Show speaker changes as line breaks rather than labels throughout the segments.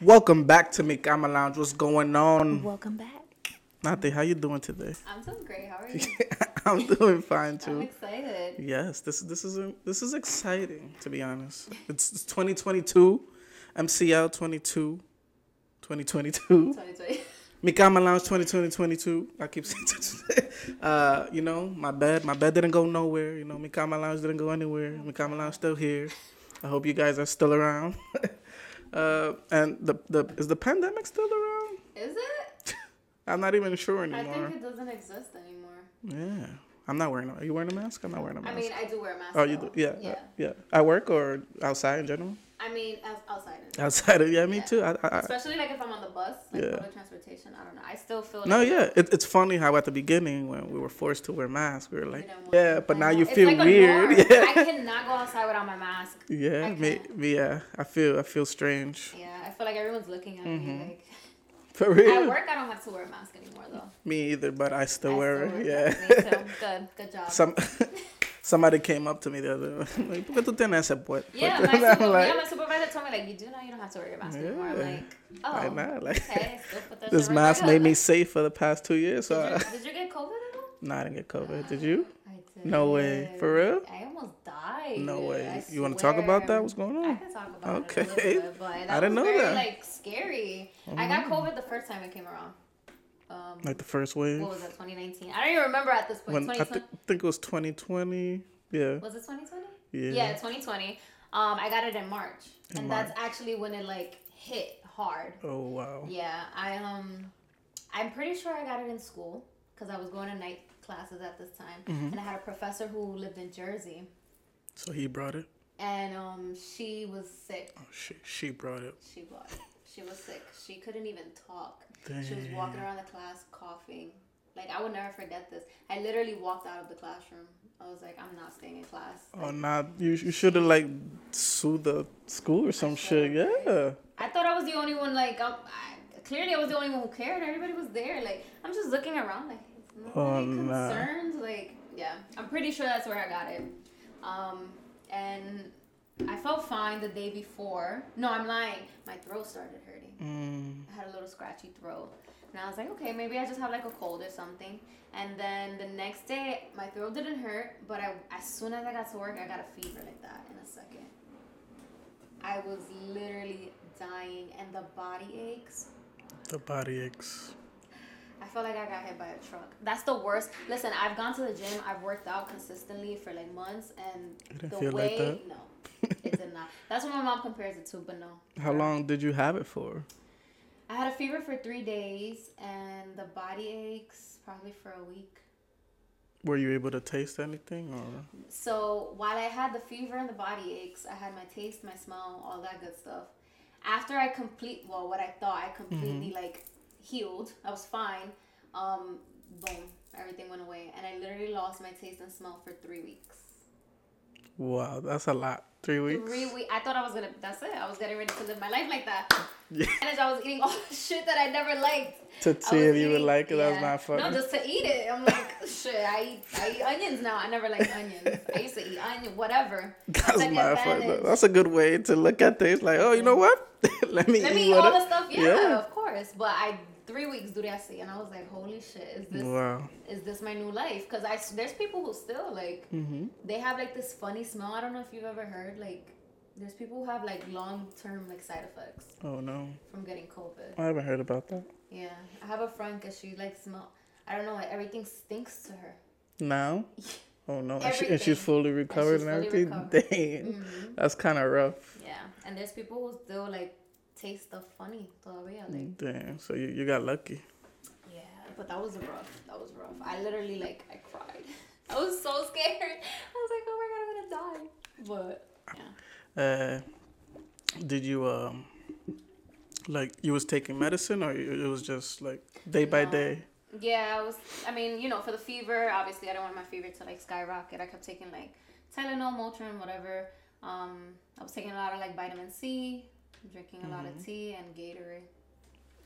Welcome back to Mikama Lounge. What's going on?
Welcome back.
Nate, how you doing today?
I'm doing great. How are you?
I'm doing fine
I'm
too.
excited.
Yes, this this is this is exciting to be honest. It's, it's 2022, MCL 22, 2022,
2020.
Mikama Lounge 2022. I keep saying, uh, you know, my bed, my bed didn't go nowhere. You know, Mikama Lounge didn't go anywhere. Mikama Lounge still here. I hope you guys are still around. uh, and the the is the pandemic still around?
Is it?
I'm not even sure
I
anymore.
think it doesn't exist anymore.
Yeah. I'm not wearing a Are you wearing a mask? I'm not wearing a mask.
I mean, I do wear a mask.
oh, you do?
though.
Yeah. Yeah.
Yeah.
yeah. At work or outside in general?
I mean, as outside. in-
Outside of, yeah, me
Yeah.
too. I, I, I,
Especially like if I'm on the bus, like
uh, Yeah.
public transportation. I don't know. I still feel. Like
no, yeah. It, it's funny how at the beginning when we were forced to wear masks, we were like,
don't want
yeah,
to.
but
I
now
know.
you
It's
feel
like a
weird.
norm.
Yeah.
I cannot go outside without my mask.
Yeah,
I
me,
can't.
me, yeah. I feel, I feel strange.
Yeah, I feel like everyone's looking at
Mm-hmm.
me. Like
For real.
at work, I don't have to wear a mask anymore though.
Me either, but I still
I
wear
still
it.
Me
Yeah.
too. Good. Good job.
Some, somebody came up to me the other, like, ¿por qué tú tienes ese puesto?"
yeah, my
I'm
super,
like,
yeah, my supervisor told me like you do know you don't have to wear your mask anymore. I'm
Yeah.
like, oh,
Why not? Like,
okay. Still put that
this
shit right back
mask
up.
made me safe for the past two years. So I,
Did you, did you get COVID at all?
nah, I didn't get COVID. Did you?
I did.
No way. For real?
I almost died.
No way.
I
You want to talk about that?
swear.
What's going
I
on?
can talk about
Okay.
it. Okay. But that
I didn't know
was very,
that. Oh.
Like scary. I got COVID the first time it came around. Um,
Like the first wave?
what was that? 2019. I don't even remember at this point.
when I
2020.
th- think it was 2020. Yeah.
was it 2020?
Yeah.
Yeah, 2020. Um, I got it in March,
In
and that's actually when it like hit hard.
Oh wow.
Yeah, I um, I'm pretty sure I got it in school because I was going to night classes at this time, and I had a professor who lived in Jersey,
So he brought it.
and um, she was sick.
Oh, she she brought it.
She was, she was sick. She couldn't even talk. She was walking around the class coughing. Like I will never forget this. I literally walked out of the classroom. I was like, I'm not staying in class.
Oh nah, you you should have like sued the school or some shit. Yeah.
I thought I was the only one. Like, um, I, clearly I was the only one who cared. Everybody was there. Like, I'm just looking around. Like, is
Oh,
nobody
nah.
concerned? Like, yeah, I'm pretty sure that's where I got it. Um, and I felt fine the day before. No, I'm lying. My throat started hurting.
Mm,
I had a little scratchy throat. And I was like, okay, maybe I just have like a cold or something. And then the next day, my throat didn't hurt, but I, as soon as I got to work, I got a fever like that in a second. I was literally dying, and the body aches.
the body aches.
I felt like I got hit by a truck. That's the worst. Listen, I've gone to the gym. I've worked out consistently for like months, and
didn't
the
feel like
way
that?
no, it did not. That's what my mom compares it to, but no.
How long did you have it for?
I had a fever for three days and the body aches probably for a week.
Were you able to taste anything or?
So while I had the fever and the body aches, I had my taste, my smell, all that good stuff. After I complete well, what I thought I completely like healed, I was fine. Um, boom, everything went away, and I literally lost my taste and smell for three weeks.
Wow, that's a lot. Three weeks.
Three weeks. I thought I was gonna. That's it. I was getting ready to live my life like that.
Yeah.
And as I was eating all the shit that I never liked.
To
I
see if
was
you would
eating-
like it. That's
yeah.
not funny.
No, just to eat it. I'm like, shit. I eat, I eat onions now. I never liked onions. I used to eat onion, whatever.
That's
Like
my fault.
advantage.
That's a good way to look at things. Like, oh, you know what? Let me
Let
eat
me eat
what
all
I-
the stuff. Yeah, of course. But I three weeks do that shit, and I was like, holy shit, is this
Wow.
is this my new life? Because I s- there's people who still like they have like this funny smell. I don't know if you've ever heard like there's people who have like long term like side effects
Oh no,
from getting COVID.
I haven't heard about that.
Yeah, I have a friend because she like smell. I don't know. Everything stinks to her.
Now? Oh no, and, she, and
Everything.
she's fully recovered and,
fully Mm-hmm.
everything. Dang, that's kind of rough.
Yeah, and there's people who still like taste the funny todavía. Like,
Damn. So you, you got lucky.
yeah, but that was rough. That was rough. I literally like I cried. I was so scared. I was like, oh my god, I'm gonna die. But yeah,
Uh, did you um, like you was taking medicine or you- it was just like day by
No.
day?
yeah, I was. I mean, you know, for the fever, obviously, I do not want my fever to like skyrocket. I kept taking like Tylenol, Motrin, whatever. Um, I was taking a lot of like vitamin C, drinking a lot
Mm-hmm.
of tea and Gatorade.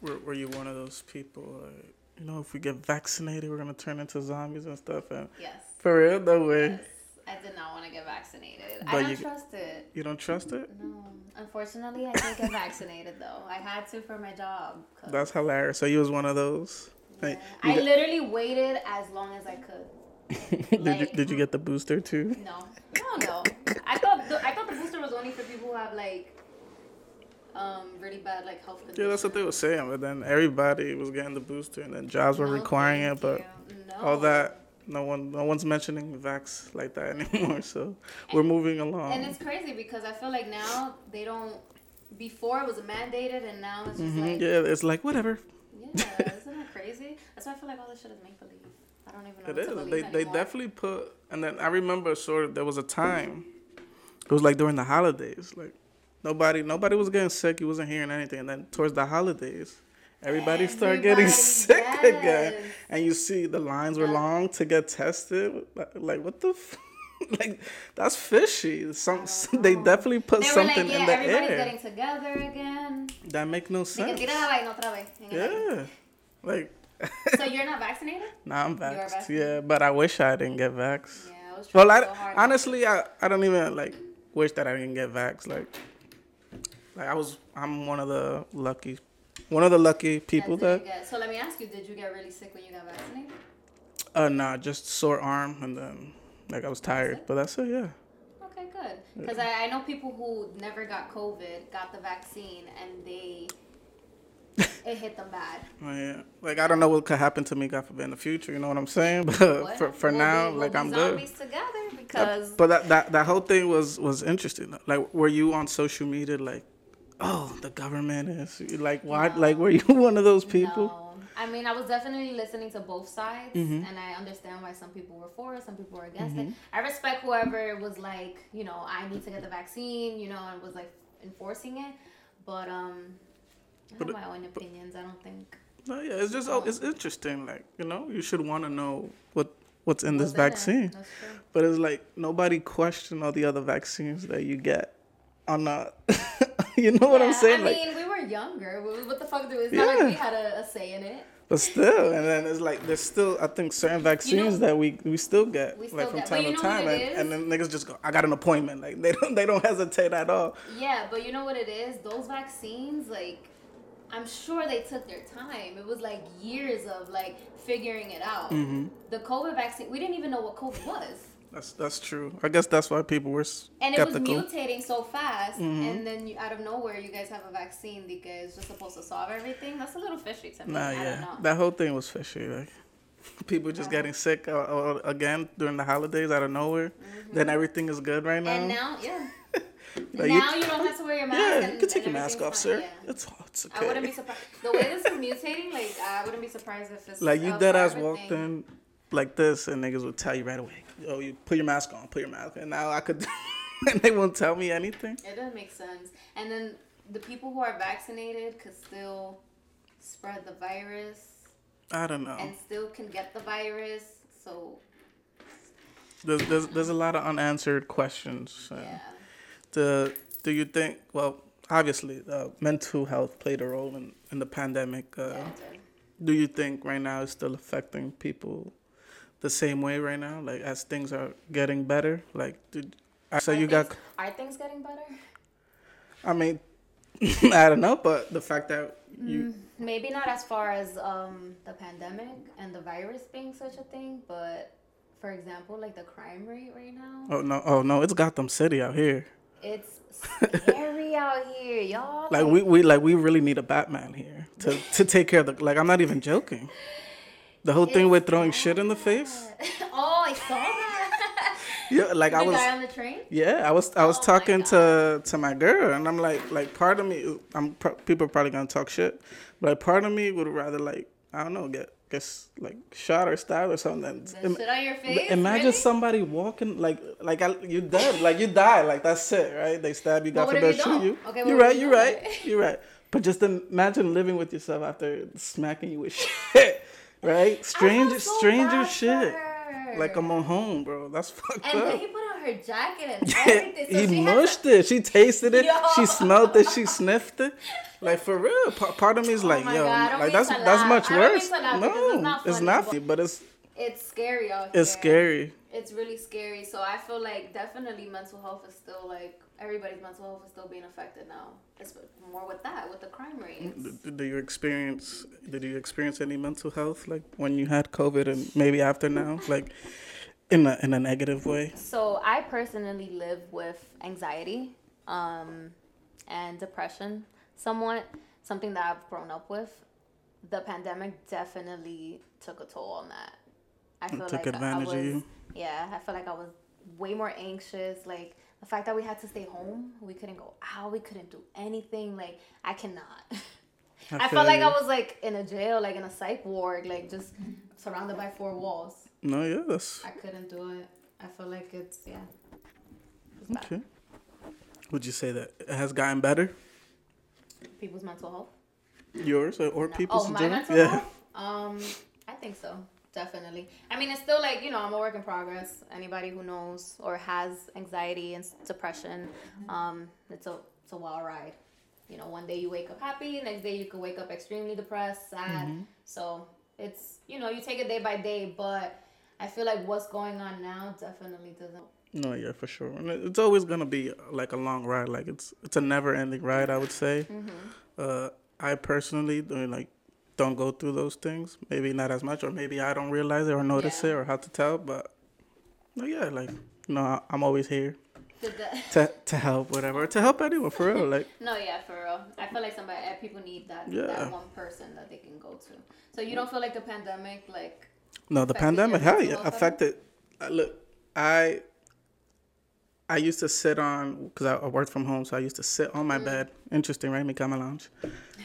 Were, were you one of those people? Like, you know, if we get vaccinated, we're gonna turn into zombies and stuff. And
Yes.
for real, no way.
Yes. I did not want to get vaccinated.
But
I don't
you-
trust it.
You don't trust it?
No, unfortunately, I did get vaccinated though. I had to for my job. 'cause-
That's hilarious. So you was one of those. Like, you
I literally waited as long as I could.
got- did you did you get the booster too?
No, no, no. I thought the, I thought the booster was only for people who have like um really bad like health conditions.
Yeah, that's what they were saying. But then everybody was getting the booster, and then jobs were
No,
requiring
Oh, thank
it. But
you. no.
all that, no one, no one's mentioning vax like that anymore. So we're moving along.
And it's crazy because I feel like now they don't. Before it was mandated, and now it's just
Mhm,
like
Yeah, it's like whatever.
yeah, isn't that crazy? That's why I feel like all this shit is make believe. I don't even know.
It
what to
is.
believe
They they
anymore.
definitely put. And then I remember sort of there was a time. It was like during the holidays. Like nobody nobody was getting sick. You wasn't hearing anything. And then towards the holidays, everybody started getting
Everybody,
sick again.
yes.
And you see the lines were
Yeah.
long to get tested. Like, like, what the. F- like that's fishy. Some
don't
they
know.
definitely put
They were
something
like, yeah,
in the
everybody's
air
getting together again.
that make no
Ni que
sense.
tira la vaina otra vez. en el aire.
Yeah, like
So you're not vaccinated?
nah, I'm
are
vaxxed.
vaccinated?
Yeah, but I wish I didn't get vaxxed.
Yeah, I was trying
Well, I,
so hard.
honestly, I, I don't even like wish that I didn't get vaxxed. Like, like I was, I'm one of the lucky, one of the lucky people
That's
that,
it, yeah. So let me ask you, did you get really sick when you got vaccinated?
uh, nah, just sore arm and then like I was tired,
it?
but that's it, yeah.
Okay, good. Because I, I know people who never got COVID, got the vaccine, and they it hit them bad.
Oh, yeah. Like I don't know what could happen to me, God forbid, in the future. You know what I'm saying? But for,
Well,
for
we'll
now,
be- we'll
like
be
I'm good.
zombies together because
But that, that that whole thing was was interesting. though. Like, were you on social media like, oh, the government is like, why? Like, were you one of those people? Mm-hmm.
No. I mean, I was definitely listening to both sides, and I understand why some people were for it, some people were against it. I respect whoever was like, you know, I need to get the vaccine, you know, and was like enforcing it. But um, I
But-
have my own opinions. I don't think
No, yeah, it's just oh, it's interesting. Like you know, you should want to know what what's in this
What's in it?
vaccine.
That's true.
But it's like nobody questioned all the other vaccines that you get. On a, you know what I'm
Yeah,
saying?
I
like,
mean, we were younger. We- What the fuck do? It's not like
Yeah.
we had a, a say in it.
but still, and then it's like there's still I think certain vaccines that we we still get
We still
like from
get- but
time
you
to
know
time,
what it
and, and then niggas just go, I got an appointment. Like they don't they don't hesitate at all.
Yeah, but you know what it is? Those vaccines, like, I'm sure they took their time. It was like years of like figuring it out.
Mm-hmm.
The COVID vaccine, we didn't even know what COVID was.
That's that's true. I guess that's why people were
And it
skeptical.
was mutating so fast,
Mm-hmm.
and then you, out of nowhere, you guys have a vaccine because it's just supposed to solve everything. That's a little fishy to me.
Nah,
I
yeah,
don't know.
that whole thing was fishy. Like people just getting sick uh, uh, again during the holidays out of nowhere. Then everything is good right now.
Mm-hmm. And now, yeah.
um, Like, you-
now you, don't have to wear your mask.
yeah,
and,
you can take your
and
mask
everything's
off, sir.
fine. Yeah.
It's, oh, it's okay.
I wouldn't be surprised. The way this is mutating, like, I wouldn't be surprised if it's
like you
uh,
dead
for
ass walked
everything.
in like this, and niggas would tell you right away. Oh, you put your mask on. Put your mask. on. And now I could, and they won't tell me anything.
It doesn't make sense. And then the people who are vaccinated could still spread the virus
I don't know.
and still can get the virus. So
There's there's, there's a lot of unanswered questions. and-
yeah,
the do you think well obviously uh, mental health played a role in, in the pandemic uh,
yeah, it did.
do you think right now it's still affecting people the same way right now like as things are getting better like did i so
Are
you got
things- are things getting better?
i mean i don't know but the fact that
Mm.
you
Maybe not as far as um, the pandemic and the virus being such a thing, but for example, like the crime rate right now,
oh no oh no it's gotham city out here
it's scary out here, y'all.
like we, we like we really need a batman here to, to take care of the like i'm not even joking the whole thing with throwing shit in the face
oh, I saw that.
yeah like i
the
was
guy on the train.
Yeah, I was I was
Oh my
talking to to my girl, and I'm like like part of me, I'm pro- people are probably gonna talk shit, but like, part of me would rather like I don't know get guess like shot or stabbed or something.
The
Im-
shit on your face.
imagine
really?
somebody walking like like I, you dead like you die like that's it right? They stab you, God
what if
forbid,
you
shoot
don't?
you.
Okay, what
you're
if
right,
you
you're
don't?
right, you're right. But just imagine living with yourself after smacking you with shit, right?
I felt
Stranger
so
stranger
bad for
shit.
her.
Like I'm on home, bro. That's fucked
And
up.
then he put on her jacket and everything. So
he
she had
mushed it. She tasted it.
Yo.
She smelled it. She sniffed it. Like for real. Pa- part of me is
Oh
like,
my
yo,
God, I
like
don't mean
that's
to
that's much
laugh. I don't mean
worse.
to laugh because
no,
it's not
it's
funny,
not
but-
funny, but it's
to- it's scary out
It's
here.
scary.
It's really scary. So I feel like definitely mental health is still like everybody's mental health is still being affected now. It's more with that with the crime rates.
D- Do you experience? Did you experience any mental health like when you had COVID and maybe after now, like in a in a negative way?
So I personally live with anxiety um, and depression somewhat, something that I've grown up with. The pandemic definitely took a toll on that. I feel
took
like
advantage
I
of
was,
you.
Yeah, I feel like I was way more anxious. Like the fact that we had to stay home, we couldn't go out, we couldn't do anything. Like I cannot. I,
feel
felt like I
you.
was like in a jail, like in a psych ward, like just surrounded by four walls.
No, yeah, that's
I couldn't do it. I feel like it's yeah. It's bad.
okay. Would you say that it has gotten better?
People's mental health.
Yours or, or
No.
people's
oh,
in
my
general?
mental
yeah.
health. Um, I think so. Definitely. I mean, it's still like you know, I'm a work in progress. Anybody who knows or has anxiety and s- depression, um, it's a it's a wild ride. You know, one day you wake up happy, next day you could wake up extremely depressed, sad.
Mm-hmm.
So it's you know, you take it day by day, but I feel like what's going on now definitely doesn't.
No, yeah, for sure. And it- it's always gonna be like a long ride. Like it's it's a never ending ride. I would say. Uh, I personally do like don't go through those things. Maybe not as much, or maybe I don't realize it or notice
Yeah.
it or how to tell. But no, yeah, like you know, I, I'm always here
Did the-
to to help whatever to help anyone for real. Like
No, yeah, for real. I feel like somebody uh, people need that
Yeah.
that one person that they can go to. So you don't feel like the pandemic, like
No, the
affected
pandemic,
your
hell
mental
yeah,
health at all?
affected. I- Look, I I used to sit on because I, I worked from home, so I used to sit on
Mm.
my bed. Interesting, right? Me come lounge,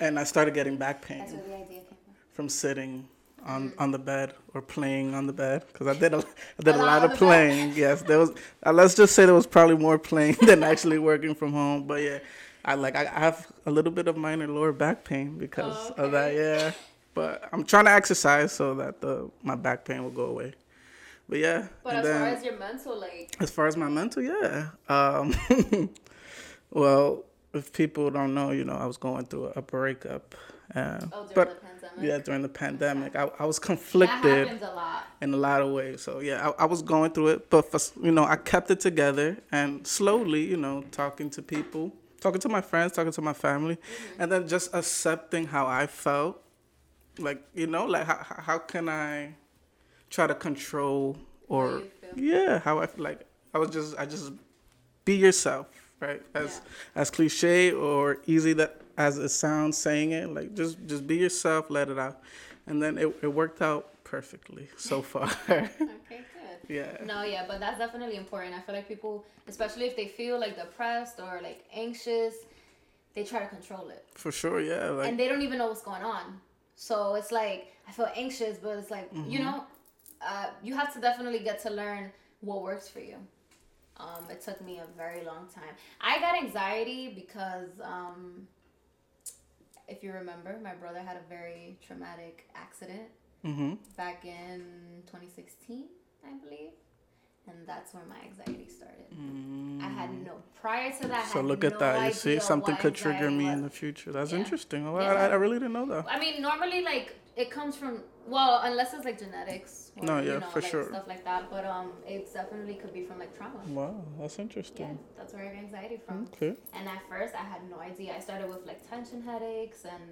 and I started getting back
that's
pain
where the idea came from.
from sitting on on the bed or playing on the bed because I did a I did
Mm. A
a
lot
lot of
on the bed.
playing. Yes, there was. Uh, let's just say there was probably more playing than actually working from home. But yeah, I like I, I have a little bit of minor lower back pain because
Oh,
of that. Yeah, but I'm trying to exercise so that the my back pain will go away. But yeah,
But
and
as far
then-
as your mental, like
as far as my mental, yeah. Um, well, if people don't know, you know, I was going through a breakup. Uh,
oh, during
but
the pandemic,
yeah, during the pandemic, I, I was
that
conflicted
happens a lot.
in a lot of ways. So yeah, I, I was going through it, but for, s- you know, I kept it together and slowly, you know, talking to people, talking to my friends, talking to my family,
Mm-hmm.
and then just accepting how I felt. Like you know, like how how how can I try to control or
you feel.
yeah, how I f- like I was just I just be yourself, right? As as cliche or easy that as it sounds saying it, like just just be yourself, let it out. And then it, it worked out perfectly so far.
Okay, good.
yeah.
No, yeah, but that's definitely important. I feel like people, especially if they feel like depressed or like anxious, they try to control it.
For sure, yeah. Like
and they don't even know what's going on. So it's like I feel anxious, but it's like
Mm-hmm.
you know, uh, you have to definitely get to learn what works for you. Um, it took me a very long time. I got anxiety because, um, if you remember, my brother had a very traumatic accident
hmm
back in 2016, I believe, and that's where my anxiety started. I had no prior to that. I
Mm. So
had
look at
no
that. You see,
idea
something
what
could trigger
anxiety
me
was.
in the future. That's
Yeah.
interesting. Oh,
Yeah.
I, I really didn't know that.
I mean, normally, like, it comes from, well, unless it's like genetics. Or,
No,
you
yeah,
know,
for
like,
sure.
Stuff like that. But um, it definitely could be from like trauma.
Wow, that's
Yeah,
interesting.
that's where I got anxiety from.
Okay.
And at first, I had no idea. I started with like tension headaches, and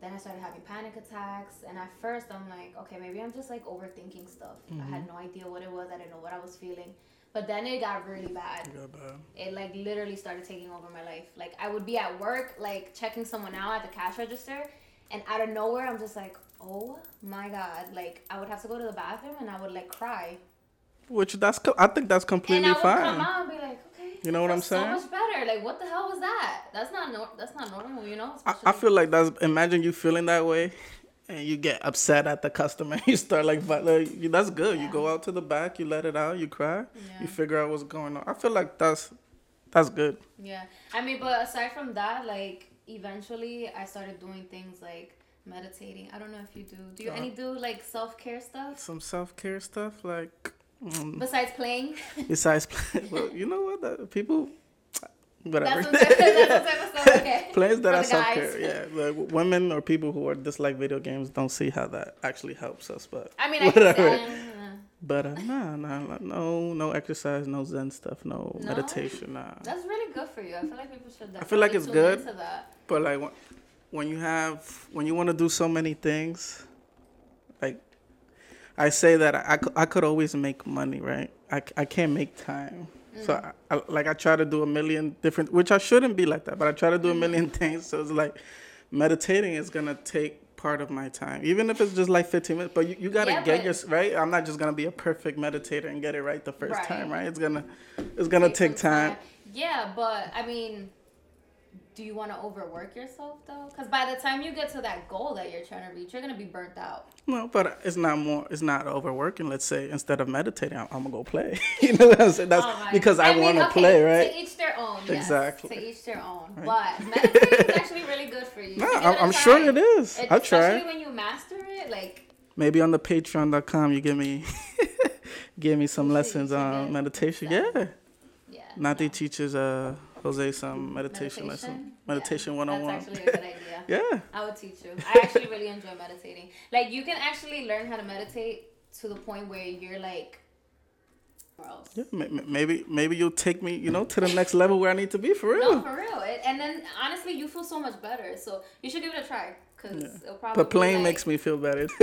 then I started having panic attacks. And at first, I'm like, okay, maybe I'm just like overthinking stuff. I had no idea what it was. I didn't know what I was feeling. But then it got really bad
Yeah, bad.
it like literally started taking over my life. Like I would be at work, like checking someone out at the cash register, and out of nowhere, I'm just like, oh my god! Like I would have to go to the bathroom, and I would like cry,
Which that's co- I think that's
and I
completely
would come
fine.
out and be like, okay,
You know what
I
I'm
feel
saying?
So much better. Like what the hell was that? That's not nor that's not normal, you know.
I, I feel like that's imagine you feeling that way and you get upset at the customer you start like, but like, you- that's good you go out to the back you let it out you cry
Yeah.
you figure out what's going on i feel like that's that's good
Yeah. I mean, but aside from that, like eventually I started doing things like meditating. I don't know if you do. Do you
Uh-huh.
any do like self care stuff
some self-care stuff like mm,
besides playing?
besides well you know what that, people whatever.
That's what that's what okay.
Plays that
For
are
the
self
guys.
care. Yeah, the w- women or people who are dislike video games don't see how that actually helps us. But
I mean, I can
whatever.
stand.
But uh, nah, nah, nah, no, no exercise, no Zen stuff, no,
No?
meditation. Nah.
That's really good for you. I feel like people should.
I feel like
definitely
it's good.
tune Into that.
But like when- when you have when you want to do so many things, like I say that I, cou- I could always make money, right? I, c- I can't make time. So
Mm.
I, I, like I try to do a million different, which I shouldn't be like that, but I try to do a
Mm.
million things. So it's like meditating is gonna take part of my time, even if it's just like 15 minutes. But you, you gotta
Yeah,
get
but-
your s- right. I'm not just gonna be a perfect meditator and get it right the first
Right.
time, right? It's gonna it's gonna take,
some
time.
Yeah, but I mean, do you want to overwork yourself though? Because by the time you get to that goal that you're trying to reach, you're gonna be burnt out.
No, but it's not more. It's not overworking. Let's say instead of meditating, I'm, I'm gonna go play. you know what I'm saying? That's
Oh my-
because I,
mean,
want to
okay,
play, right?
To each their own. Yes,
Exactly.
To each their own. But meditating is actually really good for you.
No,
Give
I'm,
it a
I'm sure
try.
it is.
It-
I'll
Especially
try.
when you master it, like
Maybe on the Patreon.com, you give me give me some lessons
you
on
did.
meditation. Yeah,
yeah.
Nati teaches uh Jose some meditation, lesson,
Yeah,
meditation one on one.
That's actually a good idea.
Yeah,
I would teach you. I actually really enjoy meditating. Like you can actually learn how to meditate to the point where you're like, gross.
yeah. ma- ma- Maybe maybe you'll take me, you know, to the next level where I need to be for real.
No, for real. It, and then honestly, you feel so much better. So you should give it a try because it'll probably.
but playing
like,
makes me feel better.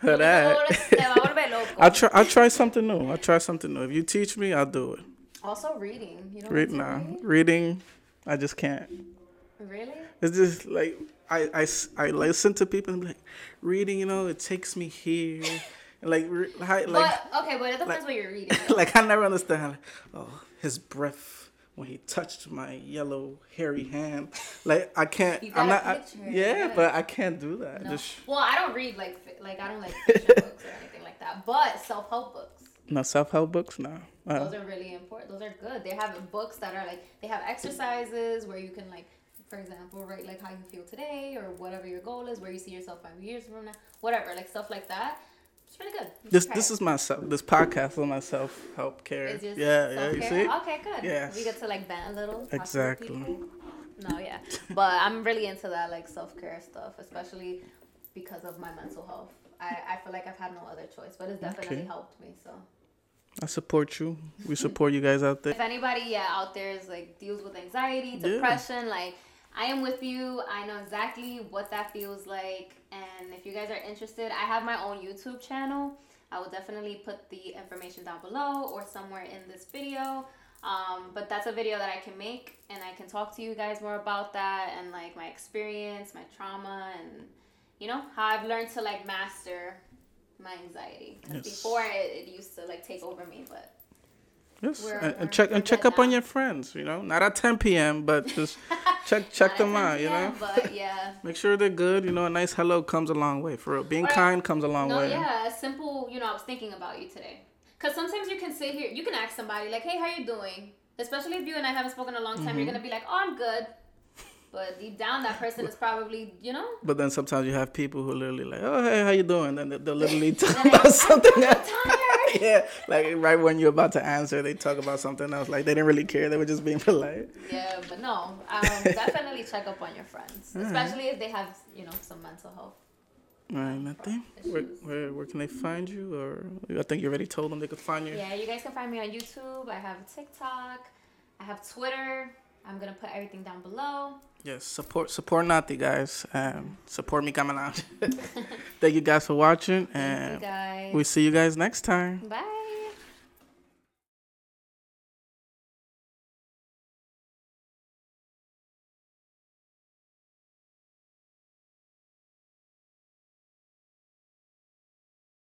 Her that. I'll
that.
try. I'll try something new. I'll try something new. If you teach me, I'll do it.
also reading. You don't
Read
like to
nah. Reading, I just can't.
Really?
It's just like I, I s- I listen to people and be like, reading. You know, it takes me here. And like re- hi- like
but okay, but it depends what you're reading.
like I never understand. Like, oh, his breath when he touched my yellow hairy hand. Like I can't.
You
I'm
got
not.
a
I-
picture, you
yeah,
got it.
but I can't do that.
No.
Just
Well, I don't read like fi- like I don't like fiction books or anything like that. But self help books.
no self help books. No. Uh,
Those are really important. Those are good. They have books that are like they have exercises where you can like, for example, write like how you feel today or whatever your goal is, where you see yourself five years from now, whatever, like stuff like that. It's really good. You
This
should try
this
it.
is myself. This podcast is my self help care.
It's just
Yeah, yeah. You
self-care?
see?
Okay, good.
Yes.
We get to like band a little. talk to the
Exactly.
people. No, yeah, but I'm really into that like self care stuff, especially because of my mental health. I, I feel like I've had no other choice, but it's definitely
Okay.
helped me. So.
I support you. We support you guys out there.
If anybody yeah out there is like deals with anxiety, depression, like I am with you. I know exactly what that feels like. And if you guys are interested, I have my own YouTube channel. I will definitely put the information down below or somewhere in this video. Um, but that's a video that I can make and I can talk to you guys more about that and like my experience, my trauma, and you know how I've learned to like master my anxiety. 'Cause
Yes.
Before it, it used to like take over me, but
Yes.
We're-
and,
we're-
and check
we're
and check
good
up on
now.
your friends, you know. Not at ten PM but just check check
Not
them
as
out, you
yeah,
know.
But yeah.
Make sure they're good, you know, a nice hello comes a long way for real. Being
Or-
kind comes a long
No,
way.
yeah, a simple. You know, I was thinking about you today. Cause sometimes you can sit here, you can ask somebody like, "Hey, how you doing?" Especially if you and I haven't spoken in a long time, you're
Mm-hmm.
gonna be like, "Oh, I'm good," but deep down, that person is probably, you know,
But then sometimes you have people who literally like, Oh hey, how you doing? And then they- they'll literally talk
they're like,
about something else.
tired.
yeah. Like right when you're about to answer, they talk about something else. Like they didn't really care, they were just being polite.
yeah, but no, um, definitely check up on your friends, especially if they have, you know, some mental health.
All right, nothing. Where, where, where can they find you? Or I think you already told them they could find you.
Yeah, you guys can find me on YouTube. I have TikTok. I have Twitter. I'm gonna put everything down below.
Yes, support support Nati guys. Um, support me coming out. Thank you guys for watching,
Thank you
and
guys.
we see you guys next time.
Bye.